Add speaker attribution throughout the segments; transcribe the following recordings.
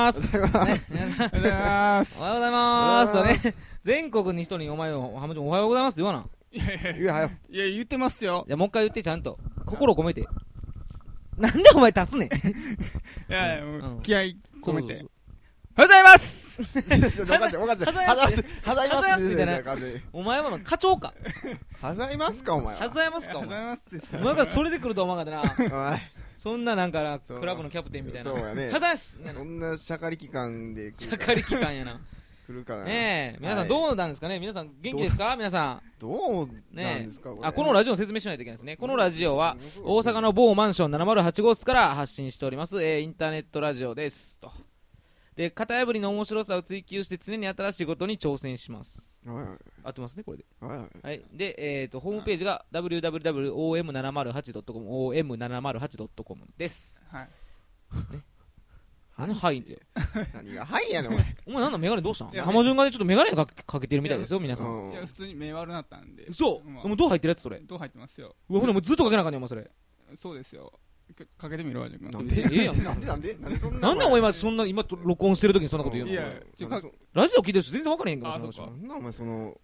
Speaker 1: ねおはようござい
Speaker 2: おはようございます
Speaker 1: ますだね全国に一人にお前を浜ちゃんおはようございますって言わない
Speaker 2: やいやい
Speaker 3: いや はよ
Speaker 2: や言ってますよ
Speaker 1: じゃもう一回言ってちゃんと心を込めてなんでお前立つねん
Speaker 2: いやいやもう
Speaker 1: うん
Speaker 2: 気合い込め
Speaker 1: そうそうそ
Speaker 2: ておはようございます
Speaker 3: おかしいおかしい
Speaker 1: はざい
Speaker 3: はざいますはざい
Speaker 1: はざい
Speaker 3: ま
Speaker 1: ます
Speaker 3: す
Speaker 1: み
Speaker 3: み
Speaker 1: たいな
Speaker 3: たいな感じ
Speaker 1: お前はの課長か
Speaker 3: はざいますかお前は
Speaker 1: はざいます
Speaker 2: お
Speaker 1: かお
Speaker 2: はようござい
Speaker 1: 前
Speaker 2: ますです
Speaker 1: お前からそれで来るとは思わなかったな
Speaker 3: おい
Speaker 1: そんななんかな
Speaker 3: そう
Speaker 1: クラブのキャプテンみたいな
Speaker 3: そうやね
Speaker 1: はざいますみたいな
Speaker 3: そんなしゃかり期間で来
Speaker 1: し
Speaker 3: る
Speaker 1: ゃ
Speaker 3: か
Speaker 1: かり期間やな
Speaker 3: 来るから
Speaker 1: ねえ皆さ
Speaker 3: は
Speaker 1: ん
Speaker 3: い
Speaker 1: どうなんですかね皆さん元気ですか皆さ
Speaker 3: どうんなん
Speaker 1: ね
Speaker 3: ですか
Speaker 1: え
Speaker 3: これ
Speaker 1: あこのラジオの説明しないといけないですねこのラジオは大阪
Speaker 3: の
Speaker 1: の某マンション708号室から発信しております、えーインターネットラジオですとで型破りの面白さを追求して常に新しいことに挑戦します
Speaker 3: はいはい
Speaker 1: 合ってますねこれで、
Speaker 3: はいはい
Speaker 1: はい、で、えー、とホームページが www.om708.com om708.com です
Speaker 2: はい
Speaker 1: あの範囲で
Speaker 3: 何がはいやねんお前
Speaker 1: お前なんだメガネどうしたん
Speaker 2: いや
Speaker 1: 浜順がねちょっとメガネがかけかけてるみたいですよ皆さん
Speaker 3: うん
Speaker 2: いや普通に目悪なったんで
Speaker 1: 嘘
Speaker 2: まあ
Speaker 1: でもどう入ってるやつそれ
Speaker 2: どう入ってますよ
Speaker 1: うわほらもうずっとかけなあかんねんお前それ
Speaker 2: そうですよかかけてみろじゃ
Speaker 3: な
Speaker 2: あ
Speaker 3: んで
Speaker 1: ええやん
Speaker 3: なんでなんでなんでそんな
Speaker 1: なんでお前今そんな今録音してる時にそんなこと言う
Speaker 2: い
Speaker 1: の
Speaker 2: やちょ
Speaker 3: なん
Speaker 2: か
Speaker 3: でそ
Speaker 1: ラジオ聞いてる人全然分からへんから
Speaker 2: あ
Speaker 1: その
Speaker 2: そっ
Speaker 1: 人
Speaker 2: か
Speaker 3: なんだお前その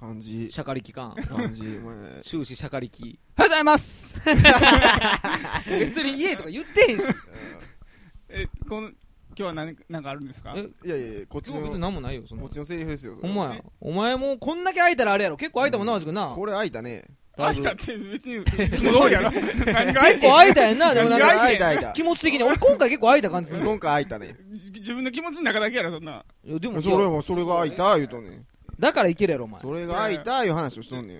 Speaker 3: 感じ
Speaker 1: しゃかり期 間
Speaker 3: 感じお前
Speaker 1: 終始しゃかりき
Speaker 2: おはようござ います
Speaker 1: 別に家とか言ってへんし
Speaker 2: えこの今日は何何かあるんですか
Speaker 1: え
Speaker 3: いやいやいやこっち
Speaker 1: 今日別に
Speaker 3: の
Speaker 1: 何もないよそ
Speaker 3: こっ
Speaker 1: の
Speaker 3: ちのセリフですよそ
Speaker 1: ほ
Speaker 3: れ
Speaker 1: んまやお前もこんだけ空いたらあれやろ結構空いたもんなマジ君な
Speaker 3: これ開いたね
Speaker 1: だいぶ
Speaker 2: 秋田って別にいつも通りやろ何が
Speaker 1: 結構空いたやんなでもなん
Speaker 2: 意外
Speaker 1: か
Speaker 2: と
Speaker 3: 開いた開いた
Speaker 1: 気持ち的に俺今回結構空いた感じする
Speaker 3: 今回開いたね
Speaker 2: じ自分の気持ちの中だけやろそんない
Speaker 1: やでも
Speaker 3: それもそれが開いた言うとんねん
Speaker 1: だからいけるやろお前
Speaker 3: それが開いたいう話をしとんねん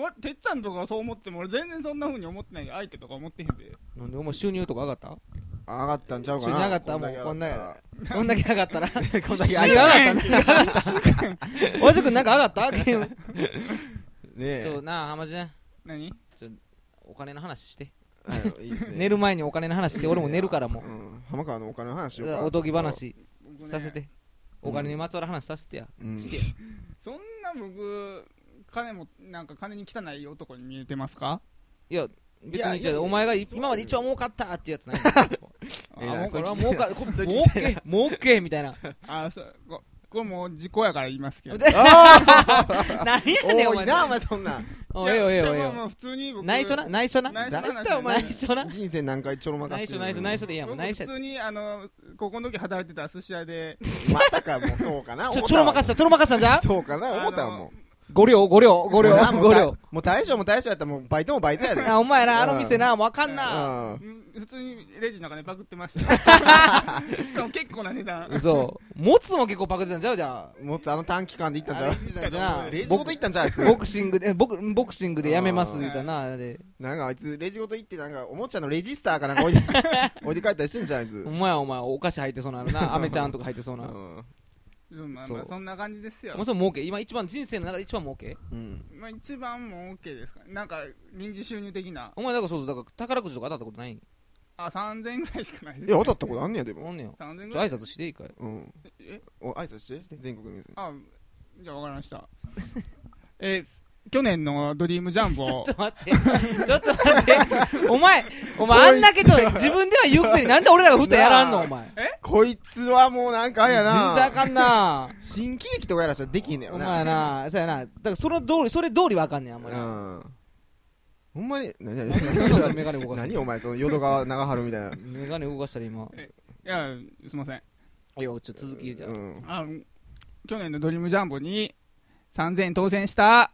Speaker 2: わてっちゃんとかはそう思っても俺全然そんな風に思ってない相手とか思ってへんで
Speaker 1: なんでお前収入とか上がった
Speaker 3: あ上がったんちゃうか
Speaker 1: 一緒に
Speaker 3: な
Speaker 1: 上がったもうこんなやこんだけ上がったらこん
Speaker 3: だけ
Speaker 1: 上がったな上がったおじくんなんか上がったゲーム
Speaker 3: ね
Speaker 1: ちょなあ浜ちゃん
Speaker 2: 何
Speaker 1: お金の話して
Speaker 3: えいいですね
Speaker 1: 寝る前にお金の話して俺も寝るからもう
Speaker 3: う
Speaker 1: ん
Speaker 3: 浜川のお金の話しようか
Speaker 1: おとぎ話
Speaker 2: 僕ね
Speaker 1: させてお金にまつわる話させてや
Speaker 3: うん
Speaker 1: してや
Speaker 2: そんな僕金もなんか金に汚い男に見えてますか
Speaker 1: いや別
Speaker 3: いや
Speaker 1: に
Speaker 3: い
Speaker 1: じ
Speaker 3: や
Speaker 1: ゃあお前が今まで一番儲かったっていうやつない
Speaker 2: あ
Speaker 3: ええな
Speaker 2: もう
Speaker 3: そ
Speaker 1: こ
Speaker 3: れ
Speaker 1: れ
Speaker 3: 聞
Speaker 1: はい儲かこ
Speaker 3: それ
Speaker 1: 儲
Speaker 3: 聞
Speaker 1: け儲けみたいな
Speaker 2: あそうここれもう時効やから言いますけ ど
Speaker 1: 何やねんお
Speaker 3: 多
Speaker 1: 前
Speaker 3: いなお前そんなん
Speaker 1: おいええよええよええ
Speaker 2: じゃあまあま
Speaker 1: よ
Speaker 2: あ普通に僕
Speaker 1: 内緒な内緒な
Speaker 2: 内緒の話
Speaker 3: だいたいお前
Speaker 1: 内緒な
Speaker 3: 人生何回ちょろまかし
Speaker 1: 内
Speaker 3: て
Speaker 1: 緒
Speaker 3: る
Speaker 1: 内緒内緒でいいやもん
Speaker 2: 僕
Speaker 1: 内緒
Speaker 2: 普通にあの高校の時働いてた寿司屋で
Speaker 3: またかもうそうか
Speaker 1: ち
Speaker 3: な
Speaker 1: ょ
Speaker 3: 思
Speaker 1: ち
Speaker 3: っ
Speaker 1: ょ
Speaker 3: た
Speaker 1: ろ
Speaker 3: わ
Speaker 1: まかしたちょろまかしたんじゃん
Speaker 3: そうかな思ったわも
Speaker 1: 5両5両
Speaker 3: う
Speaker 1: 5両
Speaker 3: もうなもう
Speaker 1: 5両
Speaker 3: もう大将も大将やったらもうバイトもバイトやで
Speaker 1: あお前らあの店なもうあかんな
Speaker 3: う
Speaker 2: うん普通にレジの中でパクってました しかも結構な値段
Speaker 1: 嘘もつも結構パクってたんちゃうじゃん
Speaker 3: んもうあの短期間で行ったんちゃう
Speaker 1: あれじゃあ
Speaker 3: レジごと行ったんちゃうあいつ
Speaker 1: ボクシングでボクボクシングでやめます言うたなあれ
Speaker 3: なんかあいつレジごと行ってなんかおもちゃのレジスターかなんか置いて置いて帰ったりしてんじゃんあいつ
Speaker 1: お前お前お菓子入ってそうなの なアメちゃんとか入ってそう
Speaker 3: う
Speaker 1: なも
Speaker 3: ん
Speaker 2: うんまあ
Speaker 1: そ
Speaker 2: ま
Speaker 1: う
Speaker 2: あそんな感じですよ
Speaker 1: うそれ儲け今一番人生の中で一番儲け
Speaker 3: うん
Speaker 2: まあ一番も OK ですかなんか臨時収入的な
Speaker 1: お前だからそうそうだから宝くじとか当たったことないん
Speaker 2: あ3000円ぐらいしかないです
Speaker 3: いや当たったことあんねやでも
Speaker 1: おんねんよ
Speaker 2: 3000円
Speaker 1: ちょ
Speaker 2: ぐら
Speaker 1: 挨
Speaker 2: い
Speaker 1: 拶していいかい
Speaker 3: うん
Speaker 2: え
Speaker 3: お挨拶して全国の店
Speaker 2: あじゃあ分かりました えー去年のドリームジャン ボ
Speaker 1: ちょっと待ってちょっと待ってお前お前あんだけと自分では言うくせになんで俺らがふとやらんのお前
Speaker 3: こいつはもうなんかあれや
Speaker 1: 全然あ
Speaker 3: な
Speaker 1: かんな
Speaker 3: 新喜劇とかやらしたらできんねや
Speaker 1: お
Speaker 3: ろ
Speaker 1: 前
Speaker 3: な
Speaker 1: なそうやなだからその通りそれ通りはあかんねんあんまり
Speaker 3: うんほんまに何何
Speaker 1: そうそうメガネ動かした
Speaker 3: 何お前その淀川長春みたいな
Speaker 1: メガネ動かしたら今
Speaker 2: いやすいません
Speaker 1: いやちょっと続き言うじゃん
Speaker 3: うん
Speaker 2: あ去年のドリームジャンボに3000円当選した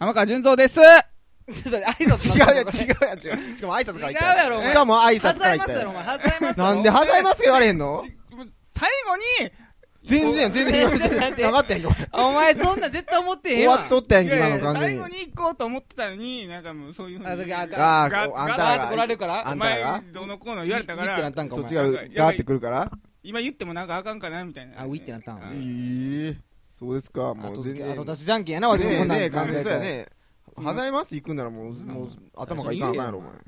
Speaker 2: 浜川純三です
Speaker 1: ちょっと挨
Speaker 3: 違
Speaker 1: 拶
Speaker 3: う
Speaker 1: なんだ
Speaker 3: や違うや
Speaker 1: これ
Speaker 3: 違うしかも挨拶から言った
Speaker 1: 違うやろお前
Speaker 3: しかも挨
Speaker 1: は
Speaker 3: 拶
Speaker 1: ざ
Speaker 3: から
Speaker 1: い
Speaker 3: 言
Speaker 1: ま
Speaker 3: っ
Speaker 1: す
Speaker 3: た
Speaker 1: やろお
Speaker 3: よ
Speaker 1: 前はざいますやろ
Speaker 3: なんではざいます言われへんの
Speaker 2: 最後に
Speaker 3: 全然全然
Speaker 1: だってだって
Speaker 3: なかったやんけお前
Speaker 1: お前そんなん絶対思ってへん
Speaker 3: 終
Speaker 1: やん
Speaker 3: わっとったやん
Speaker 2: い
Speaker 3: け
Speaker 2: や
Speaker 3: 今
Speaker 2: いや
Speaker 3: の完全
Speaker 2: 最
Speaker 3: に
Speaker 2: 後に行こうと思ってたのになんかもうそういうふうに
Speaker 1: あそうかあか
Speaker 3: あ
Speaker 2: ガ
Speaker 3: ーあん
Speaker 1: ガー
Speaker 3: た
Speaker 1: ッ
Speaker 3: ら
Speaker 1: と来られ
Speaker 3: が
Speaker 1: るから
Speaker 3: あ
Speaker 2: お
Speaker 3: んたら
Speaker 2: 前
Speaker 3: が
Speaker 2: どうのこうの言われたか
Speaker 1: いいってな
Speaker 2: ら
Speaker 1: ったんかお
Speaker 3: そっ
Speaker 1: 前
Speaker 3: ちが
Speaker 2: お
Speaker 3: う
Speaker 2: 前
Speaker 3: ガーってくるから
Speaker 2: 今言ってもなんかあかんかなみたいな
Speaker 1: あういってなったん
Speaker 3: え
Speaker 1: は
Speaker 2: う
Speaker 3: ーそうですかもう
Speaker 1: 後
Speaker 3: 全
Speaker 1: 付け
Speaker 3: 然
Speaker 1: 後出しじゃんけんやなわしもこんなん
Speaker 3: ねえ
Speaker 1: 考
Speaker 3: 完全
Speaker 1: えた
Speaker 3: にそう
Speaker 1: ら
Speaker 3: やねはざいます行くんならもうもう頭がいかなあかんやろお前
Speaker 2: うん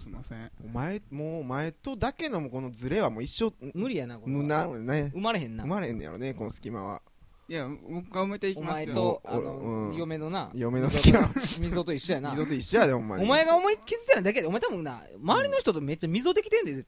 Speaker 2: すいません
Speaker 3: お前もうお前とだけのもうこのズレはもう一生
Speaker 1: 無理やなこれは
Speaker 3: 無なのね
Speaker 1: 生まれへんな
Speaker 3: 生まれへんねやろねこの隙間は
Speaker 2: いや僕が埋めていき
Speaker 1: お
Speaker 2: ます
Speaker 1: 前
Speaker 2: よ
Speaker 1: と
Speaker 3: お
Speaker 1: あの、
Speaker 3: うん
Speaker 1: 嫁のな
Speaker 3: 嫁の好きな
Speaker 1: 溝と一緒やな
Speaker 3: 二度と一緒やでほんまに
Speaker 1: お前が思い気づいてないだけやでお前多分な周りの人とめっちゃ溝できてんで絶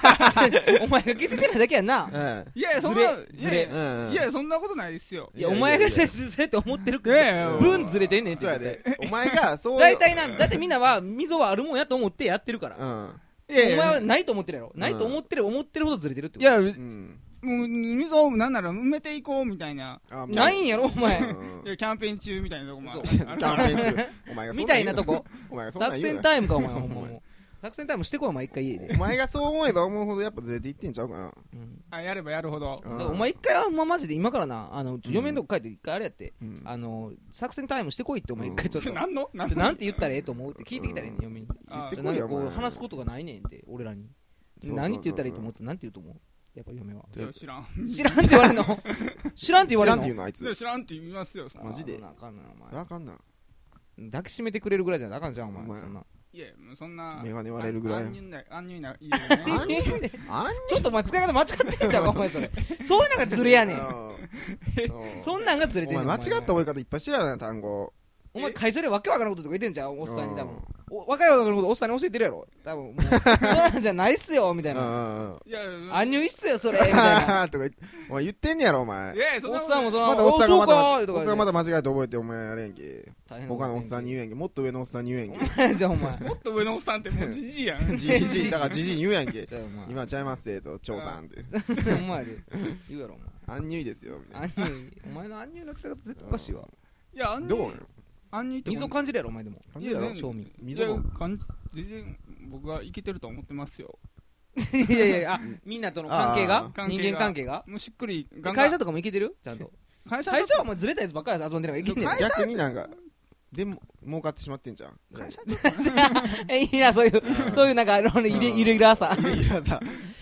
Speaker 1: 対お前が気づいてないだけやんな
Speaker 3: う
Speaker 2: いやいやそん
Speaker 1: ずれ
Speaker 2: な
Speaker 1: ずれ
Speaker 2: いやい
Speaker 3: んうんうん
Speaker 2: やいやそんなことないですよ
Speaker 1: いや
Speaker 3: いやいやいや
Speaker 1: お前が先生って思ってる
Speaker 2: い
Speaker 1: けど
Speaker 2: やいや
Speaker 1: 分ずれてんねんって
Speaker 3: そうやでお前がそう
Speaker 1: 大体なだってみんなは溝はあるもんやと思ってやってるから
Speaker 3: うん
Speaker 2: い
Speaker 1: お
Speaker 2: やい
Speaker 1: 前は
Speaker 2: や
Speaker 1: ないと思ってるやろないと思ってる思ってるほどずれてるって
Speaker 2: い
Speaker 1: こと
Speaker 2: や
Speaker 3: うん
Speaker 2: もう溝をなんなら埋めていこうみたいな
Speaker 3: あまあ
Speaker 1: ないんやろお前
Speaker 3: うん
Speaker 2: いやキャンペーン中みたいなとこもある
Speaker 3: キャンペーン中お前がそん
Speaker 1: み
Speaker 3: ん言う
Speaker 1: たいなとこ
Speaker 3: お前がそんなん
Speaker 1: 作
Speaker 3: 言う
Speaker 1: 戦
Speaker 3: な
Speaker 1: タイムかお前ほんまも う作戦タイムしてこいお前一回家で
Speaker 3: お前がそう思えば思うほどやっぱずれていってんちゃうか
Speaker 1: うん
Speaker 2: あやればやるほど
Speaker 3: な
Speaker 1: だからお前一回はほんまマジで今からなあの
Speaker 3: うん
Speaker 1: 嫁のとこ帰って一回あれやって
Speaker 3: うん
Speaker 1: あの作戦タイムしてこいってお前一回ちょっと
Speaker 2: 何の何
Speaker 1: ちょ
Speaker 2: の
Speaker 1: なんて言ったらええと思うって聞いてきたらええねん 嫁に
Speaker 3: 言って
Speaker 1: じゃあ
Speaker 3: こ
Speaker 1: ないん
Speaker 3: よ
Speaker 1: かこう
Speaker 3: お前
Speaker 1: 話すことがないねんって俺らに
Speaker 3: そうそうそう
Speaker 1: 何って言ったらいいと思うって何て言うと思うやっぱ嫁はい
Speaker 2: や知らん
Speaker 1: 知らんって言われる の知らんって言われる
Speaker 3: 知らんって言
Speaker 1: の
Speaker 3: うのあい
Speaker 2: いや
Speaker 3: つ
Speaker 2: 知らんって言いますよそんな
Speaker 3: マジで
Speaker 1: あんなあかんなお
Speaker 3: それ
Speaker 1: 前
Speaker 3: あかんな
Speaker 1: 抱きしめてくれるぐらいじゃなあかんじゃんお前
Speaker 3: お前
Speaker 1: そんない
Speaker 2: やもうそんな
Speaker 3: メガネ割れるぐらい
Speaker 2: 安入な安入ないいよね
Speaker 3: あんあん
Speaker 1: ちょっとお前使い方間違ってんじゃんかお前それそういうのがずれやねん
Speaker 3: そ
Speaker 1: そんなんがずれて
Speaker 3: お
Speaker 1: んね
Speaker 3: 前
Speaker 1: ん
Speaker 3: 間違った覚え方いっぱい知らんない単語
Speaker 1: お前会社でわけわからんこととか言ってんじゃんおっさんに多分
Speaker 3: うん
Speaker 1: おわけわからんことおっさんに教えてるやろ多分もうそう なんじゃないっすよみたいな
Speaker 2: うんいやいや
Speaker 1: あんにゅいっすよそれみたいな
Speaker 3: とか言ってお前言ってんねやろお前
Speaker 2: いやいやそん
Speaker 1: お
Speaker 2: な
Speaker 1: っ
Speaker 2: こと
Speaker 1: さんもその
Speaker 3: まだおっさんがま
Speaker 1: お
Speaker 3: だ
Speaker 1: そうかーと
Speaker 3: おっ
Speaker 1: か
Speaker 3: さんがまだ間違えて覚えてお前あれやんけ
Speaker 1: 大変なこ
Speaker 3: 他
Speaker 1: と
Speaker 3: のおっさんに言うやんけもっと上のおっさんに言うやんけ
Speaker 1: お前じゃあお前
Speaker 2: もっと上のおっさんってもうじじいや ん
Speaker 3: じじいだからじじいに言うやんけ
Speaker 1: じゃあお前
Speaker 3: 今ちゃいますせと長さんって
Speaker 1: お前で言うやろ
Speaker 3: あんにゅいですよみ
Speaker 1: お
Speaker 3: たい
Speaker 1: 前あんにゅいお前のあんにゅいの使い方絶対おかしいわ
Speaker 2: いや安
Speaker 3: な
Speaker 2: 入
Speaker 3: どうなの
Speaker 2: 安入って
Speaker 1: 溝感じるやろお前でも
Speaker 3: 感じるやろ
Speaker 2: いや
Speaker 1: 正味
Speaker 3: 溝も
Speaker 2: いや感じ全然僕は生きてると思ってますよ
Speaker 1: いやいやいやあみんなとの関係が
Speaker 3: あ
Speaker 2: ー
Speaker 1: 人間関係が
Speaker 2: もうしっくりガンガン
Speaker 1: 会社とかもいけてるちゃんと
Speaker 2: 会社
Speaker 1: 会社はお前ずれたやつばっかり遊んでればいけんねん
Speaker 2: 会社
Speaker 3: 逆になんかでも儲かってしまってんじゃん
Speaker 2: 会社
Speaker 1: え いいなそういうそういうなんかあの入れ入れる朝
Speaker 3: イレギュラーさ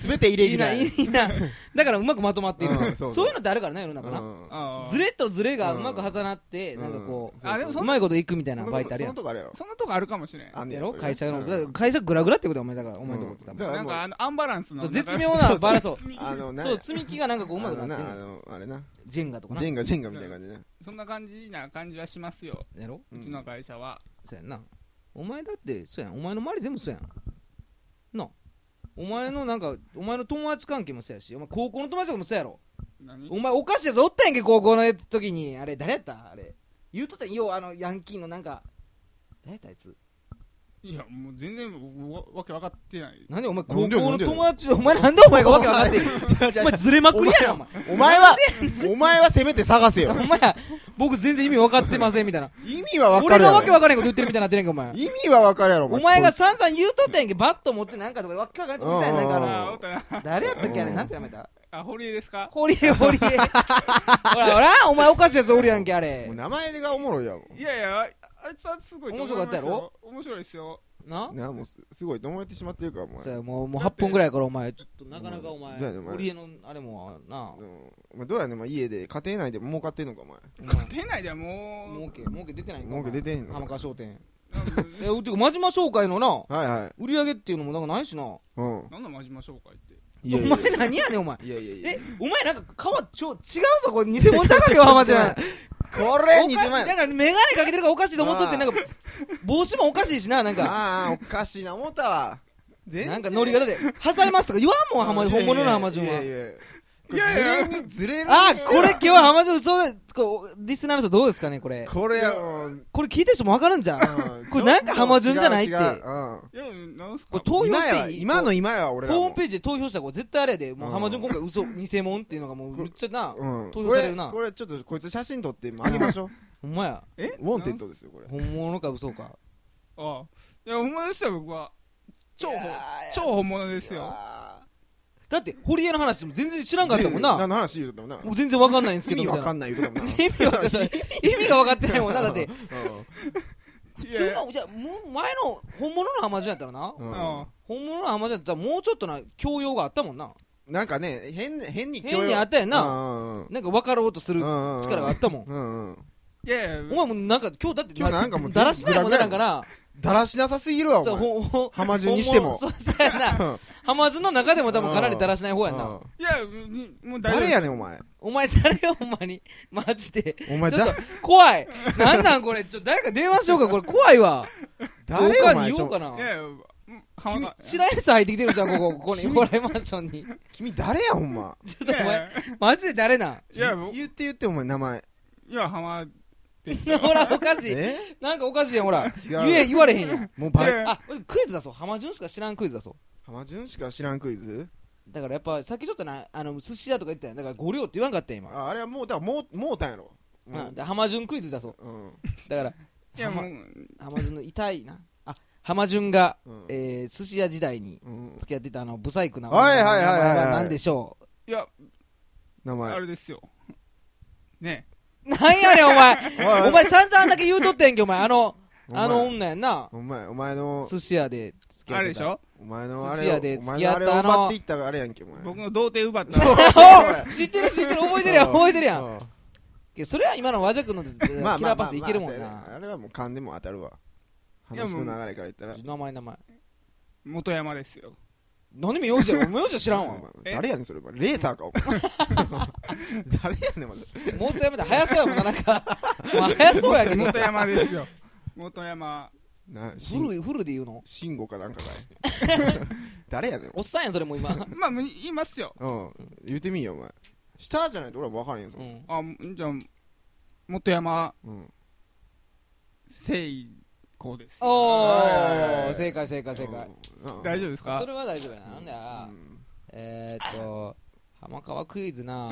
Speaker 3: 全てイレ
Speaker 1: い
Speaker 3: ギ
Speaker 1: い
Speaker 3: ュラ
Speaker 1: な
Speaker 3: ー
Speaker 1: いいな だからうまくまとまっている
Speaker 3: うんそうそう
Speaker 1: そういうのってあるからな世の中な
Speaker 3: うん
Speaker 2: あー
Speaker 1: ずれとずれがうまく重なって
Speaker 3: うん
Speaker 1: なんかこ
Speaker 3: そうそう
Speaker 2: あでもそ
Speaker 1: うんまいこといくみたいな
Speaker 3: その
Speaker 1: バイトあるやん
Speaker 3: そのとこあれやろ
Speaker 2: そんなとこあるかもしれん
Speaker 3: あんね
Speaker 1: や
Speaker 3: ん
Speaker 1: ろ会社の
Speaker 3: うん
Speaker 1: だから会社グラグラってことはお前だからお前のこと多
Speaker 3: だ
Speaker 1: 分
Speaker 3: から
Speaker 2: なんかあのアンバランスの
Speaker 1: そう
Speaker 2: なんか
Speaker 1: 絶妙なバラン スを
Speaker 2: 絶妙
Speaker 3: あのな
Speaker 1: そう積み木がなんかこううま
Speaker 3: あ
Speaker 1: く
Speaker 3: の
Speaker 1: なっ
Speaker 3: な
Speaker 1: てん
Speaker 3: あ
Speaker 1: の
Speaker 3: のあれな
Speaker 1: ジェンガとかな
Speaker 3: ジェンガジェンガみたいな感じね
Speaker 2: そんな感じな感じはしますよ
Speaker 1: やろ
Speaker 3: うん
Speaker 2: うちの会社は
Speaker 1: そうやんなお前だってそうやんお前の周り全部そうやんなあお前のなんかお前の友達関係もそうやしお前高校の友達とかもそうやろ
Speaker 2: 何
Speaker 1: お前おかしいやつおったやんけ高校の時にあれ誰やったあれ言うとったやんようあのヤンキーのなんか誰やったあいつ
Speaker 2: いやもう全然わわけ分かってない
Speaker 1: なんでお前高
Speaker 3: なんでよ
Speaker 1: 校の
Speaker 3: なんでよ
Speaker 1: 友達お前なんでお前がわけわかってんのお前ずれまくりやなお前
Speaker 3: お前はお前はせめて探せ
Speaker 1: お
Speaker 3: よ
Speaker 1: 前僕全然意味分かってませんみたいな
Speaker 3: 意味は分か
Speaker 1: 俺
Speaker 3: る
Speaker 1: がわけ
Speaker 3: や
Speaker 1: わからんこと言ってるみたいになってるやんけお前
Speaker 3: ろ意味は分かるやろ
Speaker 1: お前が
Speaker 3: こ
Speaker 1: 散々言うとったやんけバット持ってなんかとかわけわからんこと言ったやんなんかあの
Speaker 2: ああおったな
Speaker 1: 誰やったっけあれ
Speaker 3: うん
Speaker 1: なんてやめた
Speaker 2: あ堀江ですか
Speaker 1: 堀江堀江ほらほらお前おかしいやつおるやんけあ
Speaker 3: いつ
Speaker 1: れ
Speaker 3: もう名前がおもろいやろ
Speaker 2: いやいやああいつはすごいと思
Speaker 1: 面
Speaker 2: いますよ
Speaker 1: 白かったやろ
Speaker 2: 面白いですよ
Speaker 1: な
Speaker 3: なもうすすごいと思えてしまってるからお前
Speaker 1: そうやもうもう8分ぐらいからお前ちょっとなかなかお前
Speaker 3: どうやねんお前
Speaker 1: 堀江のあれもな
Speaker 3: うんお前どうやねんお前家で家庭内で儲かってんのかお前
Speaker 1: お
Speaker 2: 出ないで
Speaker 1: 前
Speaker 2: も
Speaker 1: 儲け儲け出てないんか
Speaker 3: 儲け出て
Speaker 1: お
Speaker 3: ん
Speaker 1: 前
Speaker 3: の
Speaker 1: 浜川商店
Speaker 2: うなんか
Speaker 1: えうてか真島商会のな
Speaker 3: はいはい
Speaker 1: 売り上げっていうのもなんかないしな
Speaker 3: うん
Speaker 2: 何の真面目紹介って
Speaker 3: いやい
Speaker 1: お
Speaker 3: や
Speaker 1: 前何やねんお前
Speaker 3: いやいやいや
Speaker 1: えお前なんか顔ちょ違うぞこれ偽 物だらけよ浜ちゃん
Speaker 3: こ
Speaker 1: おか
Speaker 3: れ
Speaker 1: しい
Speaker 3: 偽
Speaker 1: な
Speaker 3: 前
Speaker 1: んかメガネかけてるからおかしいと思っとってなんか帽子もおかしいしななんか
Speaker 3: ああおかしいな思ったわ全
Speaker 1: なんかノリがだって挟みますとか言わんもん浜本物の浜島
Speaker 3: い
Speaker 1: は
Speaker 3: やいや
Speaker 2: いやいや
Speaker 3: ずれにずれる
Speaker 1: あーこれ今日は浜松嘘だこうリスナーの人どうですかねこれ
Speaker 3: これもう
Speaker 1: これ聞いてる人も分かるんじゃん
Speaker 3: うん
Speaker 1: これなんか浜順じゃないって
Speaker 3: 違う違ううん
Speaker 2: いやなんす
Speaker 1: これ
Speaker 2: か
Speaker 1: 投票
Speaker 3: 今
Speaker 1: し
Speaker 3: や
Speaker 1: ていい
Speaker 3: 今の今や俺らも
Speaker 1: ホームページで投票したらこれ絶対あれやでもう
Speaker 3: うん
Speaker 1: 浜順今回嘘偽物っていうのがもうめっちゃな
Speaker 3: うん
Speaker 1: 投票されるな
Speaker 3: これこれちょっとこいつ写真撮ってあげ ましょう
Speaker 1: ほんまや
Speaker 2: え
Speaker 3: ウォンテッドですよこれ
Speaker 1: 本物か嘘か
Speaker 2: ああいやほんまでしたよ僕は超
Speaker 1: いやー
Speaker 2: 超本物ですよ
Speaker 1: だって堀江の話も全然知らんかったもんな
Speaker 3: 何の話言うとったもん
Speaker 1: も
Speaker 3: な
Speaker 1: う全然分かんないんです
Speaker 3: 意
Speaker 1: けどみたい
Speaker 3: 味わか
Speaker 1: なん
Speaker 3: ない言うとっ たもんな
Speaker 1: 意味わかんない意味が分かってないもんなだって普
Speaker 2: いやい
Speaker 1: 通
Speaker 2: や
Speaker 1: のいやもう前の本物の浜順やったらな
Speaker 3: うん
Speaker 2: ああ
Speaker 1: 本物の浜ちゃんだったらもうちょっとな教養があったもんな
Speaker 3: なんかね変変に
Speaker 1: 変にあったやんな
Speaker 3: な
Speaker 1: なんか分かろうとする力
Speaker 3: 力
Speaker 1: があったもん
Speaker 3: うんうん
Speaker 2: いやいや
Speaker 1: お前もうなんか今日だって
Speaker 3: 今日なんかもう
Speaker 1: だらしないもんななんかな
Speaker 3: だらしなさすぎるわ、お
Speaker 1: そう
Speaker 3: 前。
Speaker 1: ほほ
Speaker 3: 浜順にしても
Speaker 1: ほんまそうそうやな
Speaker 3: うん
Speaker 1: 浜順の中でも多分かなりだらしない方やん
Speaker 3: う
Speaker 1: なん
Speaker 2: いや、うんもう大丈夫
Speaker 3: 誰やねん、お前。
Speaker 1: お前誰よほんまに マジで
Speaker 3: お前、
Speaker 1: ちょっ
Speaker 3: だ
Speaker 1: と、怖いなんなんこれちょ誰か電話しようかこれ怖いわ
Speaker 3: 誰
Speaker 1: ど
Speaker 3: や、
Speaker 1: っか
Speaker 3: お
Speaker 1: に
Speaker 3: 前。ち
Speaker 1: 言おうか
Speaker 3: ょ
Speaker 1: ない
Speaker 2: やいや、うん浜川
Speaker 1: 白いやつ入ってきてるじゃんここここに
Speaker 3: 君
Speaker 1: 笑いマンションに
Speaker 3: 君誰や、ほんま。
Speaker 1: ちょっとお
Speaker 2: いや
Speaker 1: 前マジで誰 なん
Speaker 2: いや、僕い
Speaker 3: 言って言って、お前、名前。
Speaker 2: や、浜ですよ。
Speaker 1: ほらおかしい
Speaker 3: え
Speaker 1: なんかおかしいやんほら
Speaker 3: 違
Speaker 1: 言え
Speaker 3: う。
Speaker 1: 言われへんやん
Speaker 3: もうバ
Speaker 2: い
Speaker 3: レ、
Speaker 2: や
Speaker 1: あクイズだそう浜順しか知らんクイズだそう
Speaker 3: 浜潤しか知らんクイズ
Speaker 1: だからやっぱさっきちょっとなあの寿司屋とか言ってたやんだから五両って言わんかったやん今
Speaker 3: ああれはもう、だからもう、もうたんやろ。も
Speaker 1: うん
Speaker 3: う
Speaker 1: で浜順クイズだそう
Speaker 3: うん。
Speaker 1: だから
Speaker 2: いや、もう、
Speaker 1: 浜順の痛いなあ浜順が、
Speaker 3: うん
Speaker 1: えー寿司屋時代に
Speaker 3: うん
Speaker 1: 付き合ってたあのブサイクな
Speaker 3: はいはいはいはいはい
Speaker 1: 名前は何でしょ
Speaker 2: いや、
Speaker 3: 名
Speaker 2: あ
Speaker 3: 前。
Speaker 2: れですよ。ね
Speaker 1: うなんやねんお前
Speaker 3: おい
Speaker 1: お前散々だけ言うとってんけお前あの
Speaker 3: お前
Speaker 1: あの女やんな
Speaker 3: お前、お前の、
Speaker 1: 寿司屋で付き合
Speaker 2: あ
Speaker 1: っ
Speaker 2: れ
Speaker 1: て
Speaker 2: でしたょ
Speaker 3: お前のあ
Speaker 1: 寿司
Speaker 3: れ
Speaker 1: 屋
Speaker 3: を
Speaker 1: で、
Speaker 3: お
Speaker 1: 付
Speaker 3: 前
Speaker 1: き合
Speaker 3: の
Speaker 1: っ
Speaker 3: あれ
Speaker 1: た
Speaker 3: を
Speaker 1: あの
Speaker 3: 奪っていったがあれやんけ、お前。
Speaker 2: 僕の童貞奪っ
Speaker 3: そ
Speaker 2: た。
Speaker 3: う
Speaker 1: 知ってる知ってる覚えてるやん
Speaker 3: うん
Speaker 1: 覚えてるやん
Speaker 3: うん
Speaker 1: けそれは今の和弱の キラ
Speaker 3: まあまあ
Speaker 1: ーパスでいけるもん
Speaker 3: まあまあそうやね
Speaker 1: な
Speaker 3: あれはもう勘でも当たるわ
Speaker 2: いや
Speaker 3: 話
Speaker 2: も
Speaker 3: の
Speaker 2: う
Speaker 3: 流れから言ったら
Speaker 1: 名前名前
Speaker 2: 元山です よ。
Speaker 1: 何でも幼児やろ幼児は知らんわ
Speaker 3: お前
Speaker 2: え
Speaker 3: 誰やねんそれお前レーサーか お前誰やねんまず
Speaker 1: もっとやめて早そうやもんななんか まあ早そうやけど
Speaker 2: 元山ですよ。元山。
Speaker 3: なしん
Speaker 1: フルフルで言うの
Speaker 3: 慎吾かなんかかい 誰やねん
Speaker 1: おっさんやんそれも う今
Speaker 2: まあ、もう言いますよ。
Speaker 3: うん言ってみいよお前下じゃないと俺は分からへんぞ
Speaker 1: うん
Speaker 2: あ、じゃあ、元山
Speaker 3: うん
Speaker 2: 誠子ですよ。
Speaker 1: お
Speaker 3: は
Speaker 1: ー
Speaker 3: い
Speaker 1: 正解正解正解
Speaker 3: うん
Speaker 2: 大丈夫ですか
Speaker 1: それは大丈夫やななんだよ
Speaker 3: うん
Speaker 1: えーっと浜川クイズな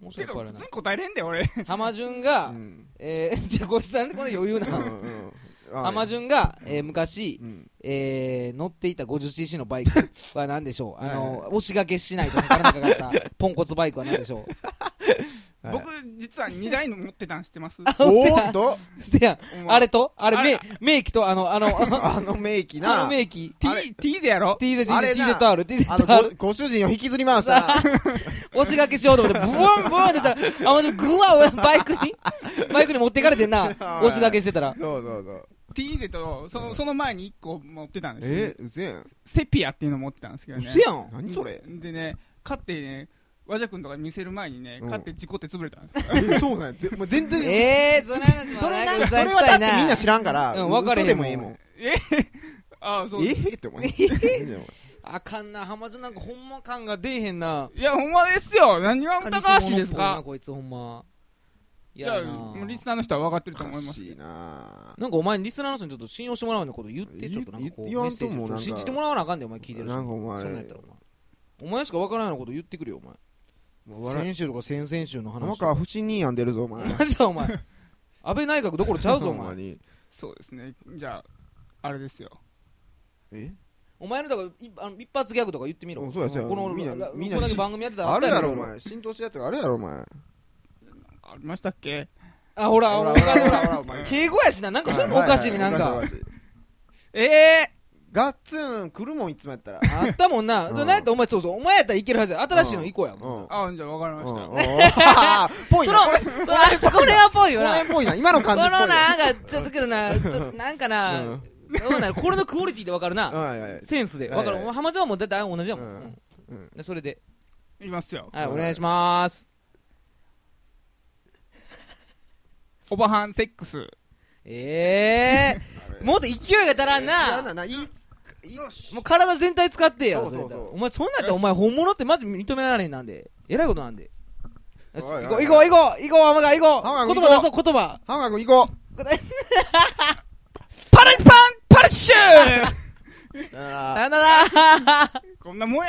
Speaker 1: 面白
Speaker 2: て
Speaker 1: い
Speaker 2: か、
Speaker 1: これ
Speaker 2: 普
Speaker 1: な
Speaker 2: 通に答えれんで、俺。
Speaker 1: 浜順
Speaker 3: う
Speaker 1: が
Speaker 3: ん
Speaker 1: えー じゃあごちさんでこの余裕な
Speaker 3: うんうんあ
Speaker 1: 浜順がえー昔
Speaker 3: うん
Speaker 1: えー乗っていた 50cc のバイクは何でし ょうあ
Speaker 3: はい
Speaker 1: の押しがけしないとかなかった ポンコツバイクは何でしょう
Speaker 3: はい
Speaker 2: 僕、実は2台の持ってたん知ってます
Speaker 3: おーっと
Speaker 1: せやん
Speaker 2: お前
Speaker 1: あれとあれ
Speaker 2: あ
Speaker 1: め
Speaker 2: れ
Speaker 1: 名機とあのあのあ
Speaker 3: あの名機
Speaker 1: の
Speaker 3: な
Speaker 1: 名機
Speaker 2: T
Speaker 3: あれ
Speaker 2: T でやろ
Speaker 1: TZ、
Speaker 3: あれな
Speaker 1: TZR、
Speaker 3: あの
Speaker 1: TZR、
Speaker 3: ごご主人を引きずり回したな
Speaker 1: 押しがけしようと思って、ブワンブワンって言ったら、あ、もうグワン、バイクに、バイクに持ってかれてんな、押しがけしてたら。
Speaker 3: そうそうそう。
Speaker 2: T でとそのその前に1個持ってたんですよ
Speaker 3: え、うせえん。
Speaker 2: セピアっていうの持ってたんですけど
Speaker 1: う
Speaker 2: ね
Speaker 1: せやん。
Speaker 3: 何それ
Speaker 2: でね勝ってね和く君とかに見せる前にね
Speaker 3: うん
Speaker 2: 勝って事故って潰れたんですよ
Speaker 3: そうなんや。もう全然。
Speaker 1: えー、その話も
Speaker 3: それなんか、
Speaker 1: う
Speaker 3: そ
Speaker 1: ざい
Speaker 3: れ
Speaker 1: く
Speaker 3: は
Speaker 1: さ
Speaker 3: だ
Speaker 1: い
Speaker 3: ってみんな知らんから、
Speaker 1: うん分かれへん
Speaker 3: 嘘でもええもん。
Speaker 2: ああそう
Speaker 3: え
Speaker 2: い
Speaker 3: へって思え。何や
Speaker 1: あかんな、浜田なんかほんま感が出えへんな。
Speaker 2: やほんまですよ何が高橋です
Speaker 1: な
Speaker 2: か
Speaker 1: こいつほんま。い
Speaker 2: いや
Speaker 1: や
Speaker 2: も
Speaker 1: な
Speaker 2: う。リスナーの人は分かって
Speaker 3: お
Speaker 2: ると
Speaker 3: か
Speaker 2: 思います
Speaker 3: しいな
Speaker 1: なんかお前リスナーの人にちょっと信用してもらうようなこと言って、ち
Speaker 3: 言
Speaker 1: ょっとなんかこう、メ
Speaker 3: 言言わ
Speaker 1: ッ
Speaker 3: ん
Speaker 1: セ
Speaker 3: と
Speaker 1: ージ
Speaker 3: もう
Speaker 1: ちょっ
Speaker 3: なん
Speaker 1: と
Speaker 3: か
Speaker 1: 信じてもらわなあかんで、お前聞いてる人
Speaker 3: なんかお前
Speaker 1: そんなんやったらお前。お前しかわからないようなこと言ってくれよ、お前。
Speaker 3: もう笑い。
Speaker 1: 先週とか先々週の
Speaker 3: なん
Speaker 1: 話
Speaker 3: か不信任案出るぞ、お前。
Speaker 1: マジかお前安倍内閣どころちゃうぞお
Speaker 3: ほんま
Speaker 1: 前
Speaker 3: に
Speaker 2: そうですねじゃああれですよ
Speaker 3: え
Speaker 1: お前のだからいあの一発ギャグとか言ってみろ
Speaker 3: うんそうやそうや
Speaker 1: この
Speaker 3: みんな
Speaker 1: ラ
Speaker 3: みんな
Speaker 1: こんだけ番組やってたら
Speaker 3: あるやろ、
Speaker 1: あ
Speaker 3: お
Speaker 1: った
Speaker 3: 前。浸透したやつがあるやろ、お前。
Speaker 2: ありましたっけ
Speaker 1: あほらほらほらほら
Speaker 3: お前
Speaker 1: 敬語やしななんかそれもおかしいね
Speaker 3: は
Speaker 1: なん
Speaker 3: はお
Speaker 1: か
Speaker 3: かしいおかしい
Speaker 1: ええ
Speaker 3: ガッツン来るもん、いつもやったら。
Speaker 1: あったもんな
Speaker 3: うん
Speaker 1: なんやったらお前そうそうお前やったらいけるはずや新しいの行こうや
Speaker 3: うん
Speaker 1: もん。
Speaker 2: あじゃあ分かりました
Speaker 3: うんうん ぽい
Speaker 1: そ
Speaker 3: な。
Speaker 1: の
Speaker 3: これ、
Speaker 1: そのこれはぽい
Speaker 3: こ
Speaker 1: よな
Speaker 3: れぽいな。今の
Speaker 1: こ
Speaker 3: 感じ
Speaker 1: の
Speaker 3: っぽい
Speaker 1: な
Speaker 3: な。
Speaker 1: んかちょっとけどなちょっとなんか
Speaker 3: う
Speaker 1: なんどうなるこれのクオリティでわかるな
Speaker 3: はいはいはい
Speaker 1: センスでわか
Speaker 3: はいは
Speaker 1: る
Speaker 3: い
Speaker 1: 浜ちゃんはもうだって同じやも
Speaker 3: うん
Speaker 1: んう
Speaker 3: うんん
Speaker 1: でそれで
Speaker 2: いますよ
Speaker 1: はい
Speaker 3: うん
Speaker 1: お願いします
Speaker 2: オバハンセック ス
Speaker 1: ええもっと勢いが足らん
Speaker 3: 違う
Speaker 1: な。
Speaker 3: な、いい、よし。
Speaker 1: もう体全体使ってよ。
Speaker 3: そうそうそう
Speaker 1: れお前そんなんやったらお前本物ってまず認められへんなんで。えらいことなんで。よし
Speaker 3: おいおい
Speaker 1: 行こう行こう行こう行こう浜川行こ
Speaker 3: 浜
Speaker 1: う
Speaker 3: 川
Speaker 1: 言
Speaker 3: 君
Speaker 1: 葉出そう言葉。
Speaker 3: ハンガー君行こ
Speaker 2: パラパンパラッシュ
Speaker 3: う。さよなら
Speaker 1: さよなら
Speaker 2: こんなもんや